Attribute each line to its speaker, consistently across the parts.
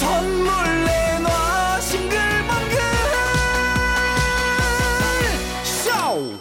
Speaker 1: 넌 몰래 놔 싱글벙글 쇼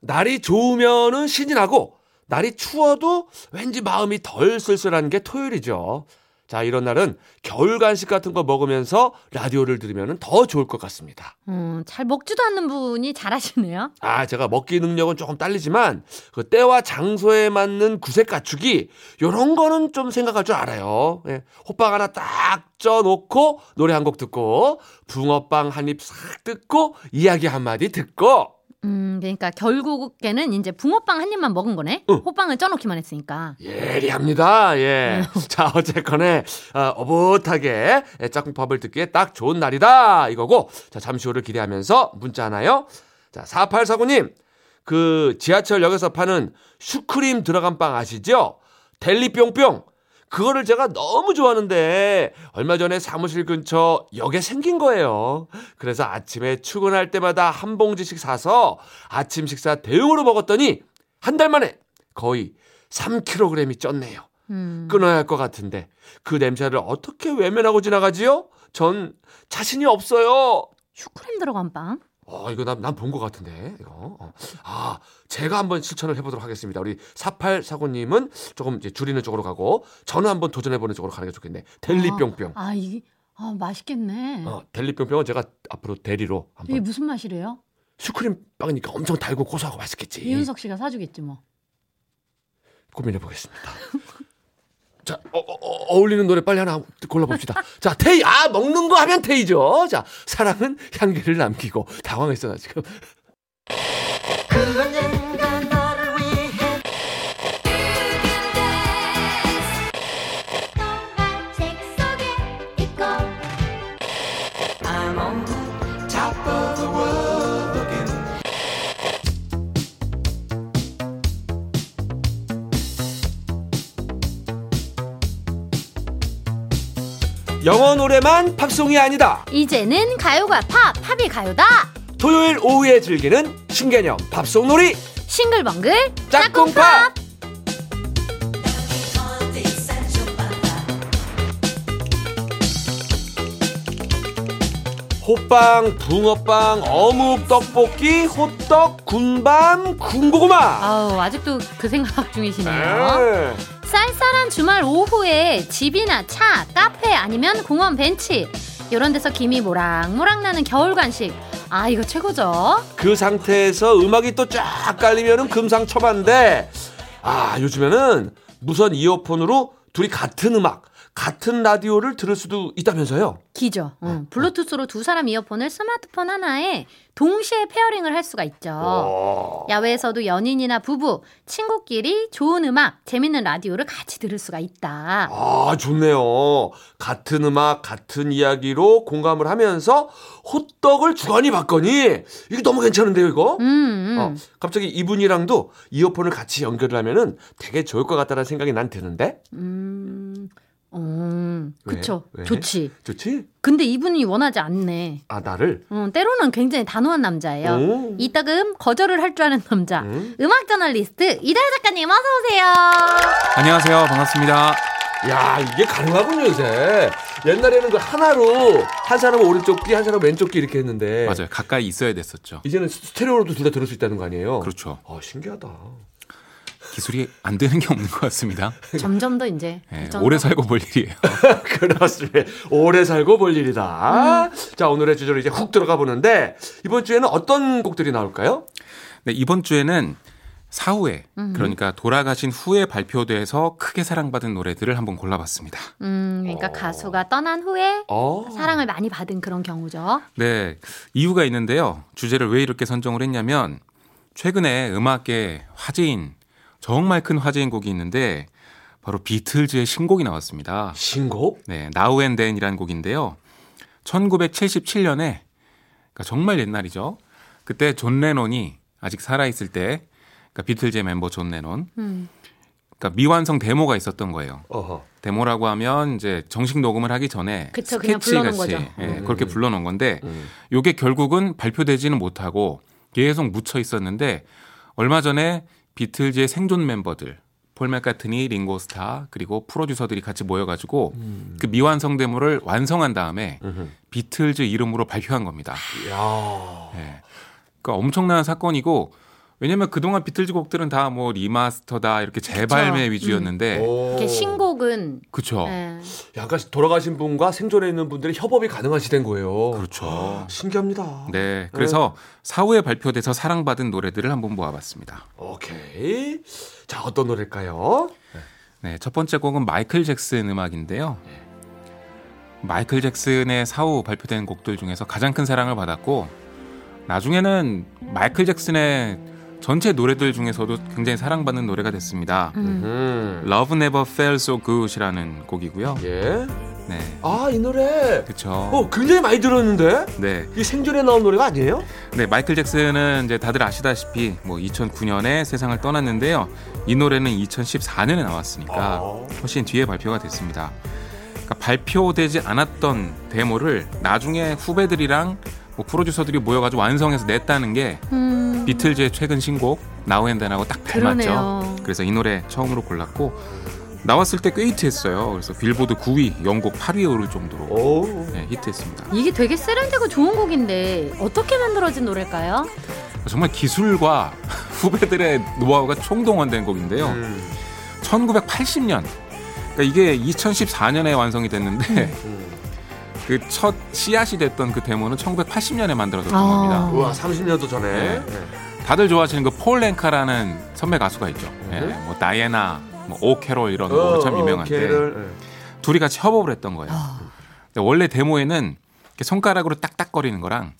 Speaker 2: 날이 좋으면은 신이 나고 날이 추워도 왠지 마음이 덜 쓸쓸한 게 토요일이죠. 자, 이런 날은 겨울 간식 같은 거 먹으면서 라디오를 들으면 더 좋을 것 같습니다.
Speaker 3: 음, 잘 먹지도 않는 분이 잘하시네요.
Speaker 2: 아, 제가 먹기 능력은 조금 딸리지만 그 때와 장소에 맞는 구색 가축이 요런 거는 좀 생각할 줄 알아요. 예. 호빵 하나 딱 쪄놓고 노래 한 곡 듣고 붕어빵 한 입 싹 뜯고 이야기 한마디 듣고
Speaker 3: 음, 그러니까 결국에는 이제 붕어빵 한 입만 먹은 거네.
Speaker 2: 응.
Speaker 3: 호빵을 쪄놓기만 했으니까.
Speaker 2: 예리합니다. 예. 자, 어쨌거나 어, 오붓하게 예, 짝꿍팝을 듣기에 딱 좋은 날이다. 이거고. 자, 잠시 후를 기대하면서 문자 하나요. 자, 4849님. 그 지하철역에서 파는 슈크림 들어간 빵 아시죠? 델리뿅뿅. 그거를 제가 너무 좋아하는데 얼마 전에 사무실 근처 역에 생긴 거예요. 그래서 아침에 출근할 때마다 한 봉지씩 사서 아침 식사 대용으로 먹었더니 한 달 만에 거의 3kg이 쪘네요.
Speaker 3: 음.
Speaker 2: 끊어야 할 것 같은데 그 냄새를 어떻게 외면하고 지나가지요? 전 자신이 없어요.
Speaker 3: 슈크림 들어간 빵.
Speaker 2: 어, 이거 난 본 것 같은데 이거. 어. 아, 제가 한번 실천을 해보도록 하겠습니다. 우리 4849님은 조금 이제 줄이는 쪽으로 가고 저는 한번 도전해보는 쪽으로 가는 게 좋겠네. 델리뿅뿅.
Speaker 3: 아, 이게 아, 맛있겠네.
Speaker 2: 어, 델리뿅뿅은 제가 앞으로 대리로
Speaker 3: 이게
Speaker 2: 한번.
Speaker 3: 무슨 맛이래요?
Speaker 2: 슈크림 빵이니까 엄청 달고 고소하고 맛있겠지.
Speaker 3: 이윤석 씨가 사주겠지 뭐.
Speaker 2: 고민해 보겠습니다. 자, 어, 울리는 노래 빨리 하나 골라봅시다. 자, 테이, 아, 먹는 거 하면 테이죠. 자, 사랑은 향기를 남기고, 당황했어, 나 지금.
Speaker 4: 책 속에 있고
Speaker 1: top of the world looking
Speaker 2: 영어 노래만 팝송이 아니다.
Speaker 3: 이제는 가요가 팝, 팝이 가요다.
Speaker 2: 토요일 오후에 즐기는 신개념 팝송 놀이
Speaker 3: 싱글벙글
Speaker 2: 짝꿍팝! 호빵, 붕어빵, 어묵, 떡볶이, 호떡, 군밤, 군고구마.
Speaker 3: 아우, 아직도 그 생각 중이시네요.
Speaker 2: 네.
Speaker 3: 쌀쌀한 주말 오후에 집이나 차, 카페 아니면 공원 벤치 이런 데서 김이 모락모락 나는 겨울 간식. 아, 이거 최고죠.
Speaker 2: 그 상태에서 음악이 또 쫙 깔리면은 금상첨화인데 아 요즘에는 무선 이어폰으로 둘이 같은 음악 같은 라디오를 들을 수도 있다면서요?
Speaker 3: 기죠. 응. 블루투스로 두 사람 이어폰을 스마트폰 하나에 동시에 페어링을 할 수가 있죠.
Speaker 2: 어.
Speaker 3: 야외에서도 연인이나 부부, 친구끼리 좋은 음악, 재밌는 라디오를 같이 들을 수가 있다.
Speaker 2: 아 좋네요. 같은 음악 같은 이야기로 공감을 하면서 호떡을 주거니 받거니 이게 너무 괜찮은데요 이거?
Speaker 3: 음, 음.
Speaker 2: 어, 갑자기 이분이랑도 이어폰을 같이 연결을 하면은 되게 좋을 것 같다는 생각이 난 드는데
Speaker 3: 음, 음,
Speaker 2: 왜?
Speaker 3: 그쵸.
Speaker 2: 왜?
Speaker 3: 좋지.
Speaker 2: 좋지?
Speaker 3: 근데 이분이 원하지 않네.
Speaker 2: 아 나를?
Speaker 3: 음, 때로는 굉장히 단호한 남자예요.
Speaker 2: 오.
Speaker 3: 이따금 거절을 할 줄 아는 남자.
Speaker 2: 음.
Speaker 3: 음악 저널리스트 이다혜 작가님 어서 오세요.
Speaker 5: 안녕하세요. 반갑습니다.
Speaker 2: 야 이게 가능하군요 요새 옛날에는 그 하나로 한 사람은 오른쪽 귀한 사람은 왼쪽 귀 이렇게 했는데
Speaker 5: 맞아요. 가까이 있어야 됐었죠.
Speaker 2: 이제는 스테레오로도 둘 다 들을 수 있다는 거 아니에요
Speaker 5: 그렇죠.
Speaker 2: 아 신기하다
Speaker 5: 기술이 안 되는 게 없는 것 같습니다.
Speaker 3: 점점 더 이제
Speaker 5: 예,
Speaker 3: 그 정도.
Speaker 5: 오래 살고 볼 일이에요.
Speaker 2: 그렇습니다 오래 살고 볼 일이다
Speaker 5: 음.
Speaker 2: 자 오늘의 주제로 이제 훅 들어가 보는데 이번 주에는 어떤 곡들이 나올까요
Speaker 5: 네, 이번 주에는 사후에 그러니까 돌아가신 후에 발표돼서 크게 사랑받은 노래들을 한번 골라봤습니다.
Speaker 3: 음, 그러니까 가수가 떠난 후에
Speaker 2: 어
Speaker 3: 사랑을 많이 받은 그런 경우죠.
Speaker 5: 네, 이유가 있는데요. 주제를 왜 이렇게 선정을 했냐면 최근에 음악계 화제인 정말 큰 화제인 곡이 있는데 바로 비틀즈의 신곡이 나왔습니다.
Speaker 2: 신곡
Speaker 5: 네, Now and Then이라는 곡인데요. 1977년에 그러니까 정말 옛날이죠. 그때 존 레논이 아직 살아 있을 때 그러니까 비틀즈의 멤버 존 레논.
Speaker 3: 음.
Speaker 5: 그러니까 미완성 데모가 있었던 거예요.
Speaker 2: 어허
Speaker 5: 데모라고 하면 이제 정식 녹음을 하기 전에
Speaker 3: 그쵸, 그냥
Speaker 5: 스케치
Speaker 3: 불러놓은
Speaker 5: 같이
Speaker 3: 거죠.
Speaker 5: 예,
Speaker 2: 음.
Speaker 5: 그렇게 불러놓은 건데
Speaker 2: 음.
Speaker 5: 요게 결국은 발표되지는 못하고 계속 묻혀 있었는데 얼마 전에 비틀즈의 생존 멤버들 폴 맥카트니, 링고스타 그리고 프로듀서들이 같이 모여가지고
Speaker 2: 음.
Speaker 5: 그 미완성대모를 완성한 다음에 비틀즈 이름으로 발표한 겁니다.
Speaker 3: 아.
Speaker 2: 야.
Speaker 5: 예. 그러니까 엄청난 사건이고 왜냐면 그동안 비틀즈 곡들은 다 뭐 리마스터다 이렇게 재발매
Speaker 3: 그쵸. 음. 네.
Speaker 5: 위주였는데
Speaker 2: 오.
Speaker 3: 이렇게 신곡은
Speaker 5: 그쵸
Speaker 3: 예.
Speaker 2: 약간 돌아가신 분과 생존해 있는 분들의 협업이 가능한 시대인 거예요. 아,
Speaker 5: 그렇죠.
Speaker 2: 신기합니다.
Speaker 5: 네. 그래서 사후에 발표돼서 사랑받은 노래들을 한번 모아봤습니다.
Speaker 2: 오케이. 자, 어떤 노래일까요?
Speaker 5: 네, 첫 번째 곡은 마이클 잭슨 음악인데요. 마이클 잭슨의 사후 발표된 곡들 중에서 가장 큰 사랑을 받았고 나중에는 마이클 잭슨의 전체 노래들 중에서도 굉장히 사랑받는 노래가 됐습니다.
Speaker 3: 음.
Speaker 2: 음.
Speaker 5: Love Never Felt So Good이라는 곡이고요.
Speaker 2: 예.
Speaker 5: 네,
Speaker 2: 아, 이 노래.
Speaker 5: 그렇죠.
Speaker 2: 어, 굉장히 많이 들었는데?
Speaker 5: 네,
Speaker 2: 이게 생존에 나온 노래가 아니에요?
Speaker 5: 네, 마이클 잭슨은 이제 다들 아시다시피 뭐 2009년에 세상을 떠났는데요. 이 노래는 2014년에 나왔으니까
Speaker 2: 어.
Speaker 5: 훨씬 뒤에 발표가 됐습니다. 그러니까 발표되지 않았던 데모를 나중에 후배들이랑 뭐 프로듀서들이 모여가지고 완성해서 냈다는 게
Speaker 3: 음.
Speaker 5: 비틀즈의 최근 신곡 나우 앤 댄하고 딱 닮았죠.
Speaker 3: 그러네요.
Speaker 5: 그래서 이 노래 처음으로 골랐고 나왔을 때 꽤 히트했어요. 그래서 빌보드 9위, 영국 8위에 오를 정도로
Speaker 2: 오.
Speaker 5: 네, 히트했습니다.
Speaker 3: 이게 되게 세련되고 좋은 곡인데 어떻게 만들어진 노래일까요?
Speaker 5: 정말 기술과 후배들의 노하우가 총동원된 곡인데요.
Speaker 2: 음.
Speaker 5: 1980년. 그러니까 이게 2014년에 완성이 됐는데
Speaker 2: 음.
Speaker 5: 그 첫 씨앗이 됐던 그 데모는 1980년에 만들어졌던
Speaker 3: 아.
Speaker 5: 겁니다.
Speaker 2: 우와, 30년도 전에.
Speaker 5: 네. 다들 좋아하시는 그 폴 랭카라는 선배 가수가 있죠. 예,
Speaker 2: 음.
Speaker 5: 뭐 다이애나, 뭐 오캐롤 이런 곡으로 참 유명한데
Speaker 2: 어, 걔를, 예.
Speaker 5: 둘이 같이 협업을 했던 거예요.
Speaker 2: 아.
Speaker 5: 근데 원래 데모에는 이렇게 손가락으로 딱딱거리는 거랑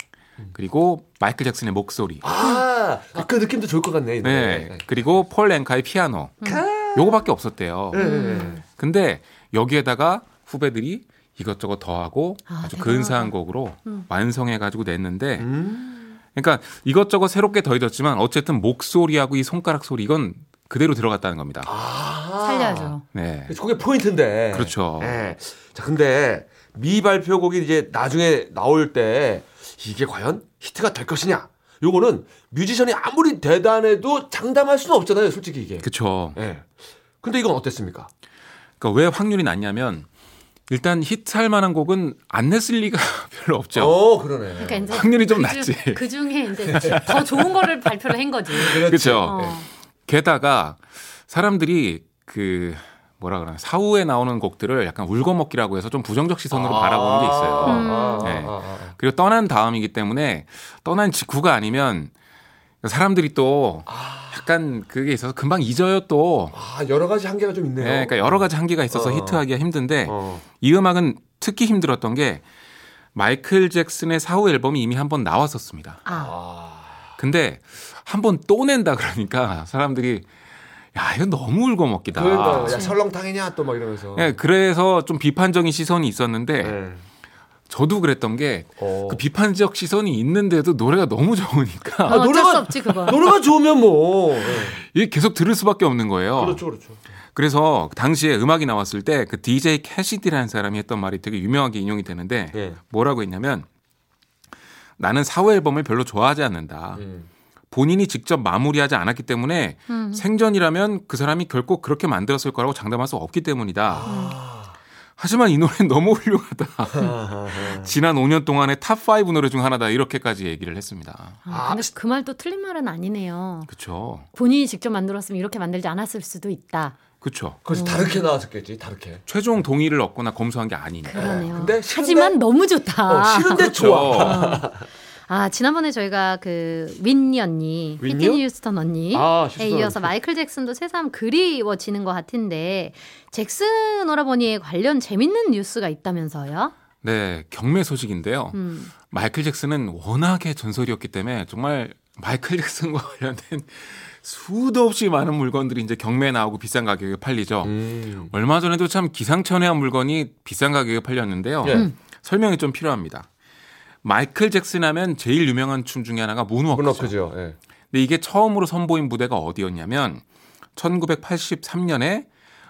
Speaker 5: 그리고 마이클 잭슨의 목소리,
Speaker 2: 음. 아, 그 느낌도 좋을 것 같네. 음. 이 노래.
Speaker 5: 음. 네 그리고 폴 랭카의 피아노 요거밖에 없었대요.
Speaker 2: 예, 예, 예.
Speaker 5: 근데 여기에다가 후배들이 이것저것 더하고
Speaker 3: 아,
Speaker 5: 아주
Speaker 3: 대단하다.
Speaker 5: 근사한 곡으로 완성해 가지고 냈는데
Speaker 2: 음.
Speaker 5: 그러니까 이것저것 새롭게 더해졌지만 어쨌든 목소리하고 이 손가락 소리 이건 그대로 들어갔다는 겁니다.
Speaker 2: 아.
Speaker 3: 살려야죠.
Speaker 5: 네.
Speaker 2: 그래서 그게 포인트인데.
Speaker 5: 그렇죠.
Speaker 2: 예. 자, 근데 미발표곡이 이제 나중에 나올 때 이게 과연 히트가 될 것이냐? 요거는 뮤지션이 아무리 대단해도 장담할 수는 없잖아요, 솔직히 이게.
Speaker 5: 그렇죠.
Speaker 2: 예. 근데 이건 어땠습니까?
Speaker 5: 그러니까 왜 확률이 낮냐면 일단 히트할 만한 곡은 안 냈을 리가 별로 없죠.
Speaker 2: 어, 그러네.
Speaker 3: 그러니까 이제
Speaker 5: 확률이 좀
Speaker 3: 그
Speaker 5: 낮지.
Speaker 3: 중- 그 중에 이제 더 좋은 거를 발표를 한 거지.
Speaker 5: 그렇죠.
Speaker 3: 어.
Speaker 5: 게다가 사람들이 그 뭐라 그러나 사후에 나오는 곡들을 약간 울거먹기라고 해서 좀 부정적 시선으로 바라보는 게 있어요.
Speaker 3: 음.
Speaker 5: 네.
Speaker 2: 아,
Speaker 5: 그리고 떠난 다음이기 때문에 떠난 직후가 아니면 사람들이 또 약간 그게 있어서 금방 잊어요 또.
Speaker 2: 아, 여러 가지 한계가 좀 있네요.
Speaker 5: 네, 그러니까 여러 네. 가지 한계가 있어서
Speaker 2: 어.
Speaker 5: 히트하기가 힘든데
Speaker 2: 어.
Speaker 5: 이 음악은 특히 힘들었던 게 마이클 잭슨의 사후 앨범이 이미 한 번 나왔었습니다.
Speaker 3: 아,
Speaker 2: 아,
Speaker 5: 근데 한 번 또 낸다 그러니까 사람들이 야 이거 너무 울거먹기다.
Speaker 2: 그러니까 야,
Speaker 3: 그치.
Speaker 2: 설렁탕이냐 또 막 이러면서.
Speaker 5: 예, 그래서 좀 비판적인 시선이 있었는데
Speaker 2: 네.
Speaker 5: 저도 그랬던 게 그
Speaker 2: 어.
Speaker 5: 비판적 시선이 있는데도 노래가 너무
Speaker 3: 어,
Speaker 5: 좋으니까
Speaker 2: 노래가-
Speaker 3: 어쩔 수 없지 그거.
Speaker 2: 노래가 좋으면 뭐. 예.
Speaker 5: 이게 계속 들을 수밖에 없는 거예요.
Speaker 2: 그렇죠, 그렇죠.
Speaker 5: 그래서 당시에 음악이 나왔을 때 그 DJ 캐시디라는 사람이 했던 말이 되게 유명하게 인용이 되는데
Speaker 2: 예.
Speaker 5: 뭐라고 했냐면 나는 사후 앨범을 별로 좋아하지 않는다.
Speaker 2: 음.
Speaker 5: 본인이 직접 마무리하지 않았기 때문에
Speaker 3: 음.
Speaker 5: 생전이라면 그 사람이 결코 그렇게 만들었을 거라고 장담할 수 없기 때문이다.
Speaker 2: 아. 네.
Speaker 5: 하지만 이 노래는 너무 훌륭하다.
Speaker 2: 아하하.
Speaker 5: 지난 5년 동안의 탑5 노래 중 하나다. 이렇게까지 얘기를 했습니다.
Speaker 3: 아, 근데 그 말도 틀린 말은 아니네요.
Speaker 5: 그쵸.
Speaker 3: 본인이 직접 만들었으면 이렇게 만들지 않았을 수도 있다.
Speaker 5: 그쵸.
Speaker 2: 그래서 다르게 나왔었겠지, 다르게.
Speaker 5: 최종 동의를 얻거나 검수한 게 아니니까.
Speaker 3: 그러네요.
Speaker 2: 근데 싫은데-
Speaker 3: 하지만 너무 좋다.
Speaker 5: 아,
Speaker 2: 어, 싫은데
Speaker 5: 그렇죠.
Speaker 2: 좋아.
Speaker 3: 아 지난번에 저희가 그 윈니 언니,
Speaker 2: 윈니요?
Speaker 3: 피트니 휴스턴 언니에
Speaker 2: 아, 휴스턴
Speaker 3: 이어서 마이클 잭슨도 새삼 그리워지는 것 같은데 잭슨 오라버니에 관련 재밌는 뉴스가 있다면서요?
Speaker 5: 네, 경매 소식인데요.
Speaker 3: 음.
Speaker 5: 마이클 잭슨은 워낙에 전설이었기 때문에 정말 마이클 잭슨과 관련된 수도 없이 많은 물건들이 이제 경매에 나오고 비싼 가격에 팔리죠.
Speaker 2: 음.
Speaker 5: 얼마 전에도 참 기상천외한 물건이 비싼 가격에 팔렸는데요.
Speaker 2: 예. 음.
Speaker 5: 설명이 좀 필요합니다. 마이클 잭슨 하면 제일 유명한 춤 중에 하나가 문워크죠.
Speaker 2: 문어크죠.
Speaker 5: 음.
Speaker 2: 예.
Speaker 5: 근데 이게 처음으로 선보인 무대가 어디였냐면 1983년에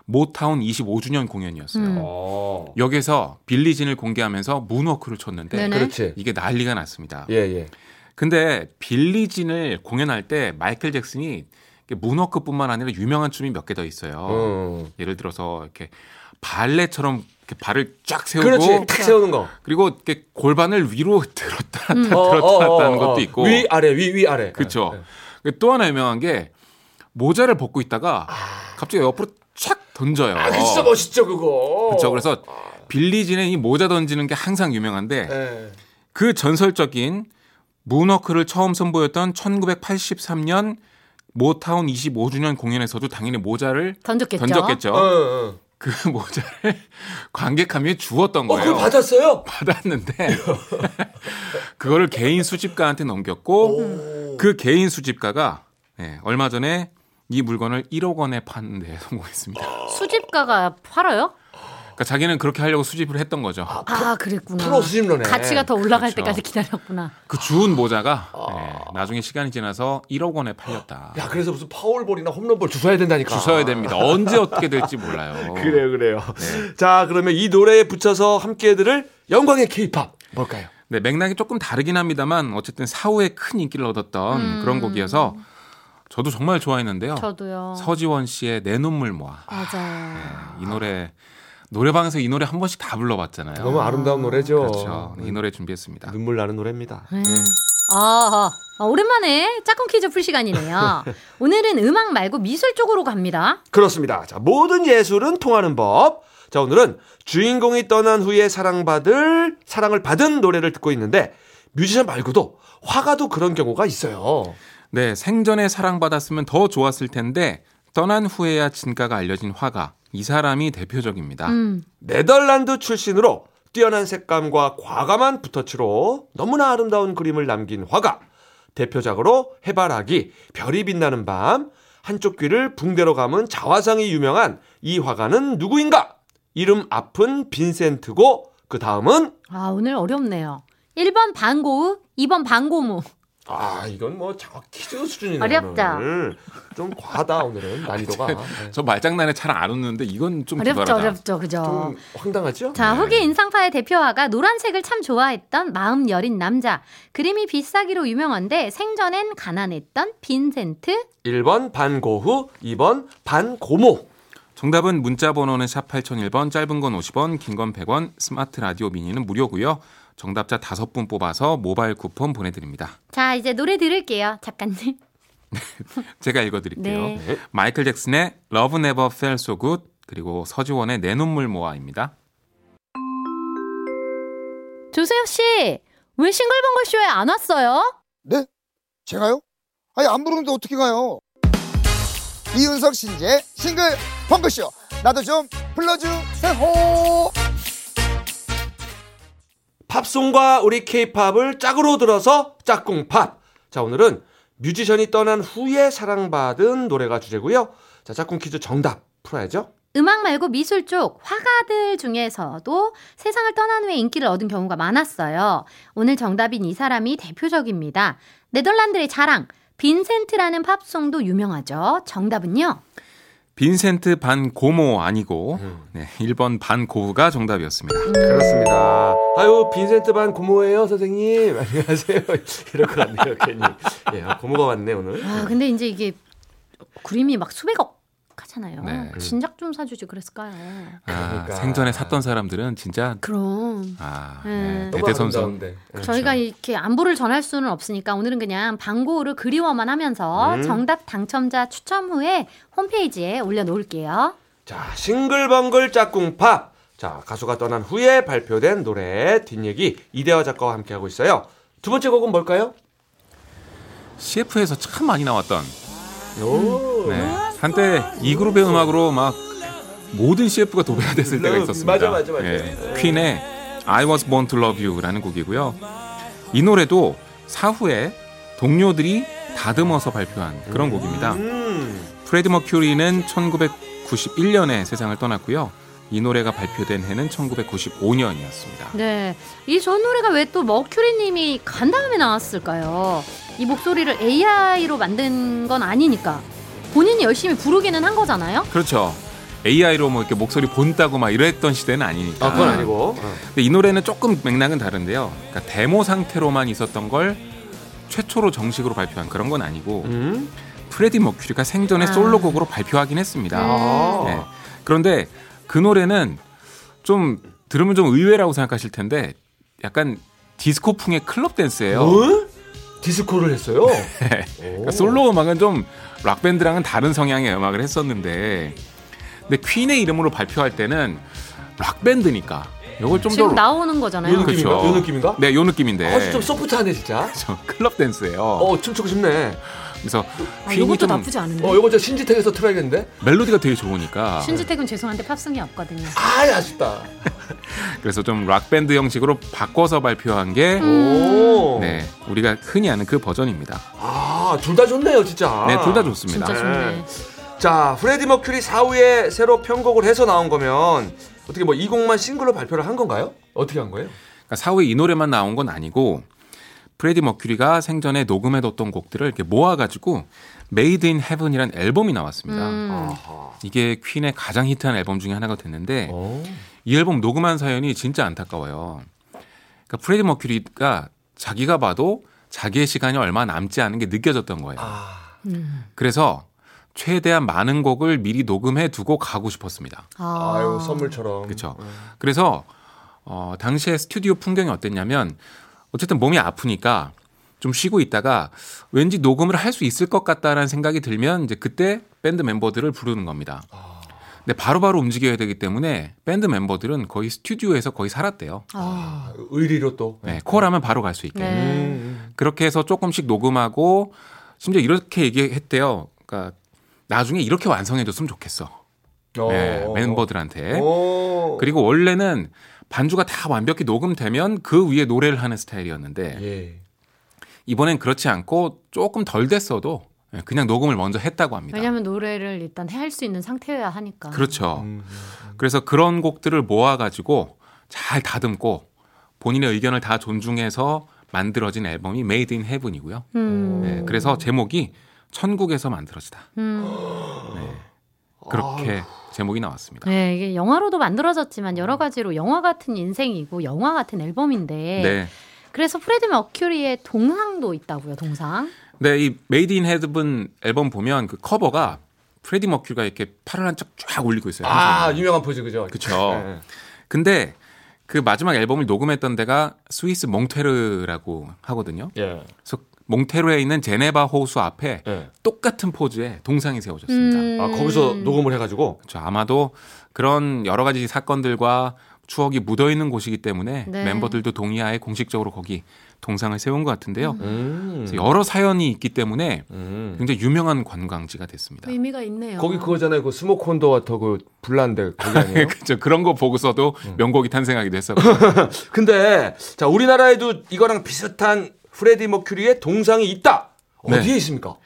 Speaker 5: 모타운 25주년 공연이었어요.
Speaker 3: 음.
Speaker 2: 어.
Speaker 5: 여기서 빌리진을 공개하면서 문워크를 쳤는데
Speaker 3: 네네.
Speaker 2: 그렇지.
Speaker 5: 이게 난리가 났습니다.
Speaker 2: 예, 예.
Speaker 5: 근데 빌리진을 공연할 때 마이클 잭슨이 이게 문워크뿐만 아니라 유명한 춤이 몇 개 더 있어요.
Speaker 2: 어.
Speaker 5: 예를 들어서 이렇게 발레처럼 이렇게 발을 쫙 세우고
Speaker 2: 그렇지. 탁 세우는 거.
Speaker 5: 그리고 이렇게 골반을 위로 들었다 놨다
Speaker 2: 어,
Speaker 5: 들었다
Speaker 2: 어,
Speaker 5: 놨다
Speaker 2: 어,
Speaker 5: 하는
Speaker 2: 어.
Speaker 5: 것도 있고
Speaker 2: 위 아래 위 위 아래.
Speaker 5: 그렇죠.
Speaker 2: 네,
Speaker 5: 또 하나 유명한 게 모자를 벗고 있다가 갑자기 옆으로 촥 던져요.
Speaker 2: 아, 그 진짜 멋있죠 그거.
Speaker 5: 어. 그렇죠. 그래서 빌리진의 이 모자 던지는 게 항상 유명한데
Speaker 2: 예.
Speaker 5: 그 전설적인 문워크를 처음 선보였던 1983년 모타운 25주년 공연에서도 당연히 모자를
Speaker 3: 던졌겠죠.
Speaker 5: 던졌겠죠.
Speaker 2: 어, 어.
Speaker 5: 그 모자를 관객함이 주었던
Speaker 2: 어,
Speaker 5: 거예요.
Speaker 2: 그걸 받았어요?
Speaker 5: 는데 그거를 개인 수집가한테 넘겼고 그 개인 수집가가 예, 얼마 전에 이 물건을 1억 원에 파는 데 성공했습니다.
Speaker 3: 수집가가 팔아요?
Speaker 5: 그러니까 자기는 그렇게 하려고 수집을 했던 거죠.
Speaker 3: 아, 그랬구나.
Speaker 2: 프로 수집러네.
Speaker 3: 가치가 더 올라갈
Speaker 5: 그렇죠.
Speaker 3: 때까지 기다렸구나.
Speaker 5: 그 주운 모자가
Speaker 2: 아.
Speaker 5: 예, 나중에 시간이 지나서 1억 원에 팔렸다.
Speaker 2: 야, 그래서 무슨 파울볼이나 홈런볼 주워야 된다니까.
Speaker 5: 주셔야 됩니다. 언제 어떻게 될지 몰라요.
Speaker 2: 그래요, 그래요. 자, 그러면 이 노래에 붙여서 함께 들을 영광의 케이팝 뭘까요?
Speaker 5: 네, 맥락이 조금 다르긴 합니다만 어쨌든 사후에 큰 인기를 얻었던 그런 곡이어서 저도 정말 좋아했는데요.
Speaker 3: 저도요.
Speaker 5: 어. 서지원 씨의 내 눈물 모아
Speaker 3: 맞아요.
Speaker 5: 이 노래 노래방에서 이 노래 한 번씩 다 불러봤잖아요.
Speaker 2: 너무 아름다운 노래죠. 음,
Speaker 5: 그렇죠. 이 노래 준비했습니다.
Speaker 2: 눈물 나는 노래입니다.
Speaker 3: 음. 아, 아, 오랜만에 짝꿍 퀴즈 풀 시간이네요. 오늘은 음악 말고 미술 쪽으로 갑니다.
Speaker 2: 그렇습니다. 자, 모든 예술은 통하는 법. 자, 오늘은 주인공이 떠난 후에 사랑받을, 사랑을 받은 노래를 듣고 있는데, 뮤지션 말고도 화가도 그런 경우가 있어요.
Speaker 5: 네, 생전에 사랑받았으면 더 좋았을 텐데 떠난 후에야 진가가 알려진 화가 이 사람이 대표적입니다.
Speaker 3: 음.
Speaker 2: 네덜란드 출신으로 뛰어난 색감과 과감한 붓터치로 너무나 아름다운 그림을 남긴 화가 대표작으로 해바라기, 별이 빛나는 밤, 한쪽 귀를 붕대로 감은 자화상이 유명한 이 화가는 누구인가? 이름 아픈 빈센트고 그 다음은
Speaker 3: 아, 오늘 어렵네요. 1번 반고우, 2번 반고무.
Speaker 2: 아 이건 뭐 장학 퀴즈 수준이네
Speaker 3: 어렵다. 아,
Speaker 2: 오늘. 좀 과하다 오늘은 난이도가
Speaker 5: 저 말장난에 잘 안 웃는데 이건 좀
Speaker 3: 어렵죠,
Speaker 5: 기발하다.
Speaker 3: 어렵죠, 그죠?
Speaker 2: 좀 황당하죠?
Speaker 3: 자, 후기 인상파의 대표화가 노란색을 참 좋아했던 마음 여린 남자. 그림이 비싸기로 유명한데 생전엔 가난했던 빈센트.
Speaker 2: 1번 반고흐, 2번 반고모.
Speaker 5: 정답은 문자 번호는 샵 8001번, 짧은 건 50원, 긴 건 100원, 스마트 라디오 미니는 무료고요. 정답자 5분 뽑아서 모바일 쿠폰 보내드립니다.
Speaker 3: 자, 이제 노래 들을게요, 작가님.
Speaker 5: 제가 읽어드릴게요.
Speaker 3: 네.
Speaker 2: 네.
Speaker 5: 마이클 잭슨의 Love Never Felt So Good 그리고 서지원의 내 눈물 모아입니다.
Speaker 3: 조세혁 씨, 왜 싱글벙글 쇼에 안 왔어요?
Speaker 6: 제가요? 아니 안 부르는데 어떻게 가요? 이윤석 신재 싱글 펑크쇼 나도 좀 불러주세요.
Speaker 2: 팝송과 우리 케이팝을 짝으로 들어서 짝꿍 팝. 자, 오늘은 뮤지션이 떠난 후에 사랑받은 노래가 주제고요. 자, 짝꿍 퀴즈 정답 풀어야죠.
Speaker 3: 음악 말고 미술 쪽 화가들 중에서도 세상을 떠난 후에 인기를 얻은 경우가 많았어요. 오늘 정답인 이 사람이 대표적입니다. 네덜란드의 자랑 빈센트라는 팝송도 유명하죠. 정답은요.
Speaker 5: 빈센트 반 고모 아니고
Speaker 2: 음.
Speaker 5: 네, 1번 반 고우가 정답이었습니다.
Speaker 2: 그렇습니다. 아유, 빈센트 반 고모예요, 선생님. 안녕하세요. 이럴 것 같네요, 괜히. 예, 아, 고모가 왔네, 오늘.
Speaker 3: 와, 근데 이제 이게 그림이 막 수백억 하잖아요.
Speaker 5: 네.
Speaker 3: 진작 좀 사주지 그랬을까요?
Speaker 5: 아,
Speaker 2: 그러니까.
Speaker 5: 생전에 샀던 사람들은 진짜
Speaker 3: 그럼
Speaker 5: 아,
Speaker 3: 네.
Speaker 5: 네,
Speaker 2: 너무
Speaker 5: 대대손손
Speaker 2: 아름다운데.
Speaker 3: 저희가 이렇게 안부를 전할 수는 없으니까 오늘은 그냥 방고를 그리워만 하면서
Speaker 2: 음.
Speaker 3: 정답 당첨자 추첨 후에 홈페이지에 올려놓을게요.
Speaker 2: 자, 싱글벙글 짝꿍 팝. 자, 가수가 떠난 후에 발표된 노래 뒷얘기 이대화 작가와 함께하고 있어요. 두 번째 곡은 뭘까요?
Speaker 5: CF에서 참 많이 나왔던
Speaker 2: 오.
Speaker 5: 네, 한때 이 그룹의 음악으로 막 모든 CF가 도배가 됐을 때가 있었습니다.
Speaker 2: 네. 맞아, 맞아, 맞아.
Speaker 5: 예, 퀸의 I Was Born to Love You라는 곡이고요. 이 노래도 사후에 동료들이 다듬어서 발표한 그런 곡입니다.
Speaker 2: 음.
Speaker 5: 프레드 머큐리는 1991년에 세상을 떠났고요. 이 노래가 발표된 해는 1995년이었습니다.
Speaker 3: 네. 이 전 노래가 왜 또 머큐리님이 간 다음에 나왔을까요? 이 목소리를 AI로 만든 건 아니니까. 본인이 열심히 부르기는 한 거잖아요?
Speaker 5: 그렇죠. AI로 뭐 이렇게 목소리 본다고 막 이랬던 시대는 아니니까.
Speaker 2: 아, 그건 아니고. 어.
Speaker 5: 근데 이 노래는 조금 맥락은 다른데요. 그러니까 데모 상태로만 있었던 걸 최초로 정식으로 발표한 그런 건 아니고
Speaker 2: 음.
Speaker 5: 프레디 머큐리가 생전에
Speaker 3: 아.
Speaker 5: 솔로곡으로 발표하긴 했습니다.
Speaker 2: 아.
Speaker 5: 네. 그런데 그 노래는 좀 들으면 좀 의외라고 생각하실 텐데 약간 디스코풍의 클럽 댄스예요.
Speaker 2: 뭘? 어? 디스코를 했어요?
Speaker 5: 그러니까 솔로 음악은 좀 락밴드랑은 다른 성향의 음악을 했었는데 근데 퀸의 이름으로 발표할 때는 락밴드니까 이걸 좀
Speaker 3: 지금
Speaker 5: 더
Speaker 3: 나오는
Speaker 2: 요
Speaker 3: 거잖아요.
Speaker 5: 그-
Speaker 2: 느낌인가? 요 느낌인가?
Speaker 5: 네, 요 느낌인데.
Speaker 2: 아주 좀 소프트하네 진짜.
Speaker 5: 저 클럽 댄스예요.
Speaker 2: 어 춤추고 싶네.
Speaker 5: 그래서
Speaker 3: 아,
Speaker 5: 퀸이
Speaker 3: 이것도
Speaker 5: 좀
Speaker 3: 나쁘지 않은데.
Speaker 2: 어 이거 저 신지택에서 틀어야겠는데?
Speaker 5: 멜로디가 되게 좋으니까
Speaker 3: 신지택은 죄송한데 팝송이 없거든요.
Speaker 2: 아 아쉽다.
Speaker 5: 그래서 좀 락밴드 형식으로 바꿔서 발표한 게
Speaker 3: 음.
Speaker 2: 오.
Speaker 5: 네, 우리가 흔히 아는 그 버전입니다.
Speaker 2: 아둘 다 좋네요 진짜.
Speaker 5: 네, 둘 다 좋습니다.
Speaker 3: 아, 진짜 좋네.
Speaker 2: 자 프레디 머큐리 사후에 새로 편곡을 해서 나온 거면 어떻게 뭐 이 곡만 싱글로 발표를 한 건가요? 어떻게 한 거예요?
Speaker 5: 그러니까 사후에 이 노래만 나온 건 아니고 프레디 머큐리가 생전에 녹음해뒀던 곡들을 이렇게 모아가지고 메이드 인 헤븐이란 앨범이 나왔습니다.
Speaker 3: 음.
Speaker 5: 이게 퀸의 가장 히트한 앨범 중에 하나가 됐는데
Speaker 2: 오.
Speaker 5: 이 앨범 녹음한 사연이 진짜 안타까워요. 그러니까 프레디 머큐리가 자기가 봐도 자기의 시간이 얼마 남지 않은 게 느껴졌던 거예요.
Speaker 2: 아.
Speaker 5: 그래서 최대한 많은 곡을 미리 녹음해 두고 가고 싶었습니다.
Speaker 3: 아.
Speaker 2: 아유 선물처럼.
Speaker 5: 그쵸.
Speaker 2: 음.
Speaker 5: 그래서 어, 당시에 스튜디오 풍경이 어땠냐면 어쨌든 몸이 아프니까 좀 쉬고 있다가 왠지 녹음을 할 수 있을 것 같다라는 생각이 들면 이제 그때 밴드 멤버들을 부르는 겁니다.
Speaker 2: 아.
Speaker 5: 근데 바로바로 움직여야 되기 때문에 밴드 멤버들은 거의 스튜디오에서 거의 살았대요.
Speaker 3: 아.
Speaker 2: 아, 의리로 또.
Speaker 5: 네, 콜하면 바로 갈 수 있게.
Speaker 3: 네.
Speaker 2: 음.
Speaker 5: 그렇게 해서 조금씩 녹음하고 심지어 이렇게 얘기했대요. 그러니까 나중에 이렇게 완성해줬으면 좋겠어.
Speaker 2: 어,
Speaker 5: 네,
Speaker 2: 어,
Speaker 5: 멤버들한테.
Speaker 2: 어.
Speaker 5: 그리고 원래는 반주가 다 완벽히 녹음되면 그 위에 노래를 하는 스타일이었는데
Speaker 2: 예.
Speaker 5: 이번엔 그렇지 않고 조금 덜 됐어도 예, 그냥 녹음을 먼저 했다고 합니다.
Speaker 3: 왜냐면 노래를 일단 할 수 있는 상태여야 하니까.
Speaker 5: 그렇죠.
Speaker 2: 음.
Speaker 5: 그래서 그런 곡들을 모아가지고 잘 다듬고 본인의 의견을 다 존중해서 만들어진 앨범이 Made in Heaven이고요.
Speaker 3: 음.
Speaker 5: 네, 그래서 제목이 천국에서 만들어지다.
Speaker 3: 음.
Speaker 5: 그렇게 제목이 나왔습니다.
Speaker 3: 네, 이게 영화로도 만들어졌지만 여러 가지로 영화 같은 인생이고 영화 같은 앨범인데
Speaker 5: 네.
Speaker 3: 그래서 프레드 머큐리의 동상도 있다고요, 동상.
Speaker 5: 근데 네, 이 Made in Heaven 앨범 보면 그 커버가 프레디 머큐리가 이렇게 팔을 한짝 쫙 올리고 있어요.
Speaker 2: 아 유명한 포즈 그죠?
Speaker 5: 그렇죠.
Speaker 2: 예.
Speaker 5: 근데 그 마지막 앨범을 녹음했던 데가 스위스 몽테르라고 하거든요.
Speaker 2: 예.
Speaker 5: 그래서 몽테르에 있는 제네바 호수 앞에
Speaker 2: 예.
Speaker 5: 똑같은 포즈에 동상이 세워졌습니다.
Speaker 2: 아 거기서 녹음을 해가지고.
Speaker 5: 그렇죠. 아마도 그런 여러 가지 사건들과 추억이 묻어 있는 곳이기 때문에
Speaker 3: 네.
Speaker 5: 멤버들도 동의하에 공식적으로 거기 동상을 세운 것 같은데요.
Speaker 2: 음.
Speaker 5: 그래서 여러 사연이 있기 때문에
Speaker 2: 음.
Speaker 5: 굉장히 유명한 관광지가 됐습니다.
Speaker 3: 의미가 있네요.
Speaker 2: 거기 그거잖아요. 그 스모콘도 와터 그 불난데 거기 아니에요?
Speaker 5: 그렇죠. 그런 거 보고서도 명곡이 탄생하기도 했었고
Speaker 2: 근데 자 우리나라에도 이거랑 비슷한 프레디 머큐리의 동상이 있다. 어디에
Speaker 5: 네.
Speaker 2: 있습니까?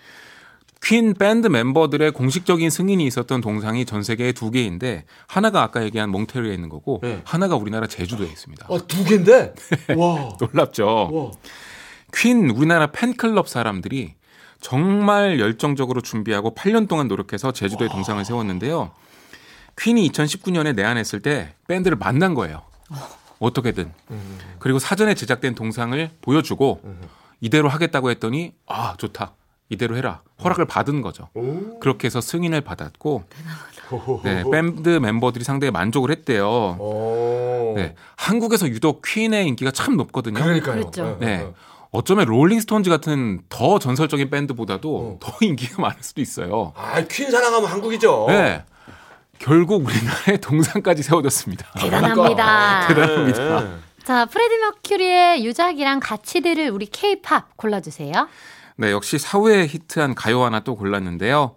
Speaker 5: 퀸 밴드 멤버들의 공식적인 승인이 있었던 동상이 전 세계에 두 개인데 하나가 아까 얘기한 몽테르에 있는 거고
Speaker 2: 네.
Speaker 5: 하나가 우리나라 제주도에 있습니다.
Speaker 2: 아, 두 개인데. 와.
Speaker 5: 놀랍죠.
Speaker 2: 와.
Speaker 5: 퀸 우리나라 팬클럽 사람들이 정말 열정적으로 준비하고 8년 동안 노력해서 제주도에 동상을 세웠는데요. 퀸이 2019년에 내한했을 때 밴드를 만난 거예요. 어떻게든.
Speaker 2: 음.
Speaker 5: 그리고 사전에 제작된 동상을 보여주고 이대로 하겠다고 했더니 아 좋다. 이대로 해라.
Speaker 2: 음.
Speaker 5: 허락을 받은 거죠. 그렇게 해서 승인을 받았고 네, 밴드 멤버들이 상당히 만족을 했대요.
Speaker 2: 어. 오.
Speaker 5: 네, 한국에서 유독 퀸의 인기가 참 높거든요.
Speaker 2: 그러니까요.
Speaker 3: 그랬죠.
Speaker 2: 예, 예,
Speaker 5: 네.
Speaker 2: 예.
Speaker 5: 어쩌면 롤링스톤즈 같은 더 전설적인 밴드보다도
Speaker 2: 어.
Speaker 5: 더 인기가 많을 수도 있어요.
Speaker 2: 아, 퀸 사랑하면 한국이죠.
Speaker 5: 네. 결국 우리나라에 동상까지 세워졌습니다.
Speaker 3: 아, 대단합니다.
Speaker 5: 대단합니다.
Speaker 2: 예.
Speaker 3: 자, 프레디 머큐리의 유작이랑 같이 들을 우리 케이팝 골라주세요.
Speaker 5: 네, 역시 사후에 히트한 가요 하나 또 골랐는데요.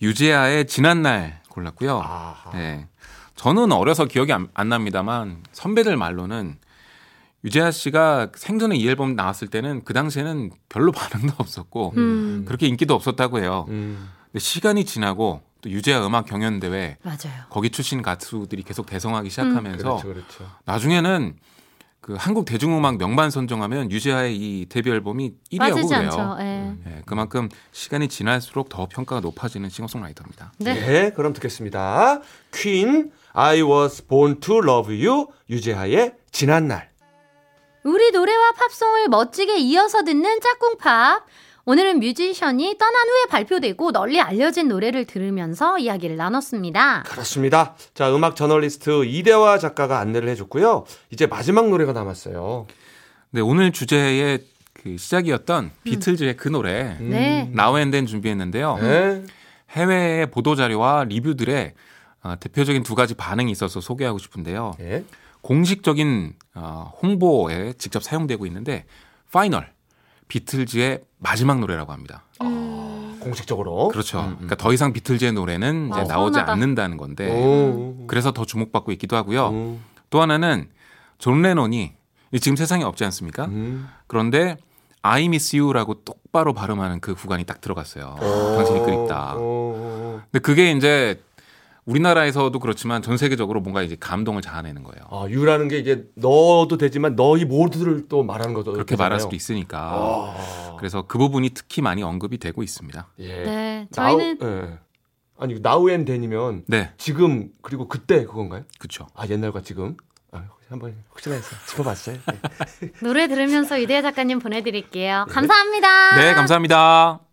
Speaker 5: 유재하의 지난날 골랐고요.
Speaker 2: 아하.
Speaker 5: 네. 저는 어려서 기억이 안, 안 납니다만 선배들 말로는 유재하 씨가 생전에 이 앨범 나왔을 때는 그 당시에는 별로 반응도 없었고
Speaker 3: 음,
Speaker 5: 그렇게 인기도 없었다고 해요.
Speaker 2: 음.
Speaker 5: 근데 시간이 지나고 또 유재하 음악 경연 대회
Speaker 3: 맞아요.
Speaker 5: 거기 출신 가수들이 계속 대성하기 시작하면서
Speaker 2: 그렇죠, 그렇죠.
Speaker 5: 나중에는 그 한국 대중음악 명반 선정하면 유재하의 이 데뷔 앨범이 1위하고
Speaker 3: 빠지지
Speaker 5: 그래요.
Speaker 3: 않죠. 예.
Speaker 5: 예, 그만큼 시간이 지날수록 더 평가가 높아지는 싱어송라이터입니다.
Speaker 3: 네.
Speaker 2: 예, 그럼 듣겠습니다. 퀸 I was born to love you 유재하의 지난 날.
Speaker 3: 우리 노래와 팝송을 멋지게 이어서 듣는 짝꿍팝. 오늘은 뮤지션이 떠난 후에 발표되고 널리 알려진 노래를 들으면서 이야기를 나눴습니다.
Speaker 2: 그렇습니다. 자, 음악 저널리스트 이대화 작가가 안내를 해줬고요. 이제 마지막 노래가 남았어요.
Speaker 5: 네, 오늘 주제의 그
Speaker 2: 음.
Speaker 5: 시작이었던 비틀즈의 그 노래
Speaker 3: 네.
Speaker 5: 나우 앤덴 준비했는데요.
Speaker 2: 네.
Speaker 5: 해외의 보도 자료와 리뷰들의 어, 대표적인 두 가지 반응이 있어서 소개하고 싶은데요.
Speaker 2: 네.
Speaker 5: 공식적인 어, 홍보에 직접 사용되고 있는데 파이널 비틀즈의 마지막 노래라고 합니다.
Speaker 2: 공식적으로.
Speaker 5: 그렇죠. 그러니까 더 이상 비틀즈의 노래는 이제
Speaker 3: 아,
Speaker 5: 나오지
Speaker 3: 서운하다.
Speaker 5: 않는다는 건데
Speaker 2: 오.
Speaker 5: 그래서 더 주목받고 있기도 하고요.
Speaker 2: 음.
Speaker 5: 또 하나는 존 레논이 지금 세상에 없지 않습니까?
Speaker 2: 음.
Speaker 5: 그런데 I miss you라고 똑바로 발음하는 그 구간이 딱 들어갔어요. 당신이 그립다.
Speaker 2: 어, 오.
Speaker 5: 근데 그게 이제 우리나라에서도 그렇지만 전 세계적으로 뭔가 이제 감동을 자아내는 거예요.
Speaker 2: 아, 유라는 게 이제 넣어도 되지만 너희 모두를 또 말하는 거죠. 어.
Speaker 5: 그렇게 말할 수도 있으니까. 그래서 그 부분이 특히 많이 언급이 되고 있습니다.
Speaker 2: 예.
Speaker 3: 네.
Speaker 2: 나우-
Speaker 3: 저희는
Speaker 2: 예. 아니 나우 앤 댄이면
Speaker 5: 네,
Speaker 2: 지금 그리고 그때 그건가요?
Speaker 5: 그렇죠.
Speaker 2: 아 옛날과 지금 아, 한번 혹시나 해서 짚어봤어요. 네.
Speaker 3: 노래 들으면서 이대하 작가님 보내드릴게요. 감사합니다.
Speaker 5: 네, 감사합니다.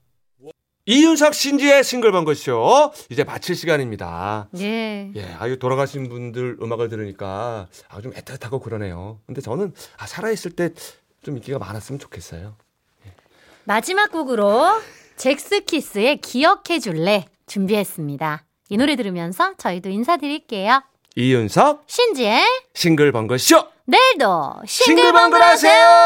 Speaker 2: 이윤석 신지의 싱글벙글쇼 이제 마칠 시간입니다.
Speaker 3: 예.
Speaker 2: 예, 아유 돌아가신 분들 음악을 들으니까 아, 좀 애틋하고 그러네요. 근데 저는 아, 살아있을 때 좀 인기가 많았으면 좋겠어요.
Speaker 3: 마지막 곡으로 잭스키스의 기억해줄래 준비했습니다. 이 노래 들으면서 저희도 인사드릴게요.
Speaker 2: 이윤석
Speaker 3: 신지의
Speaker 2: 싱글벙글쇼
Speaker 3: 내일도 싱글벙글
Speaker 2: 싱글벙글하세요.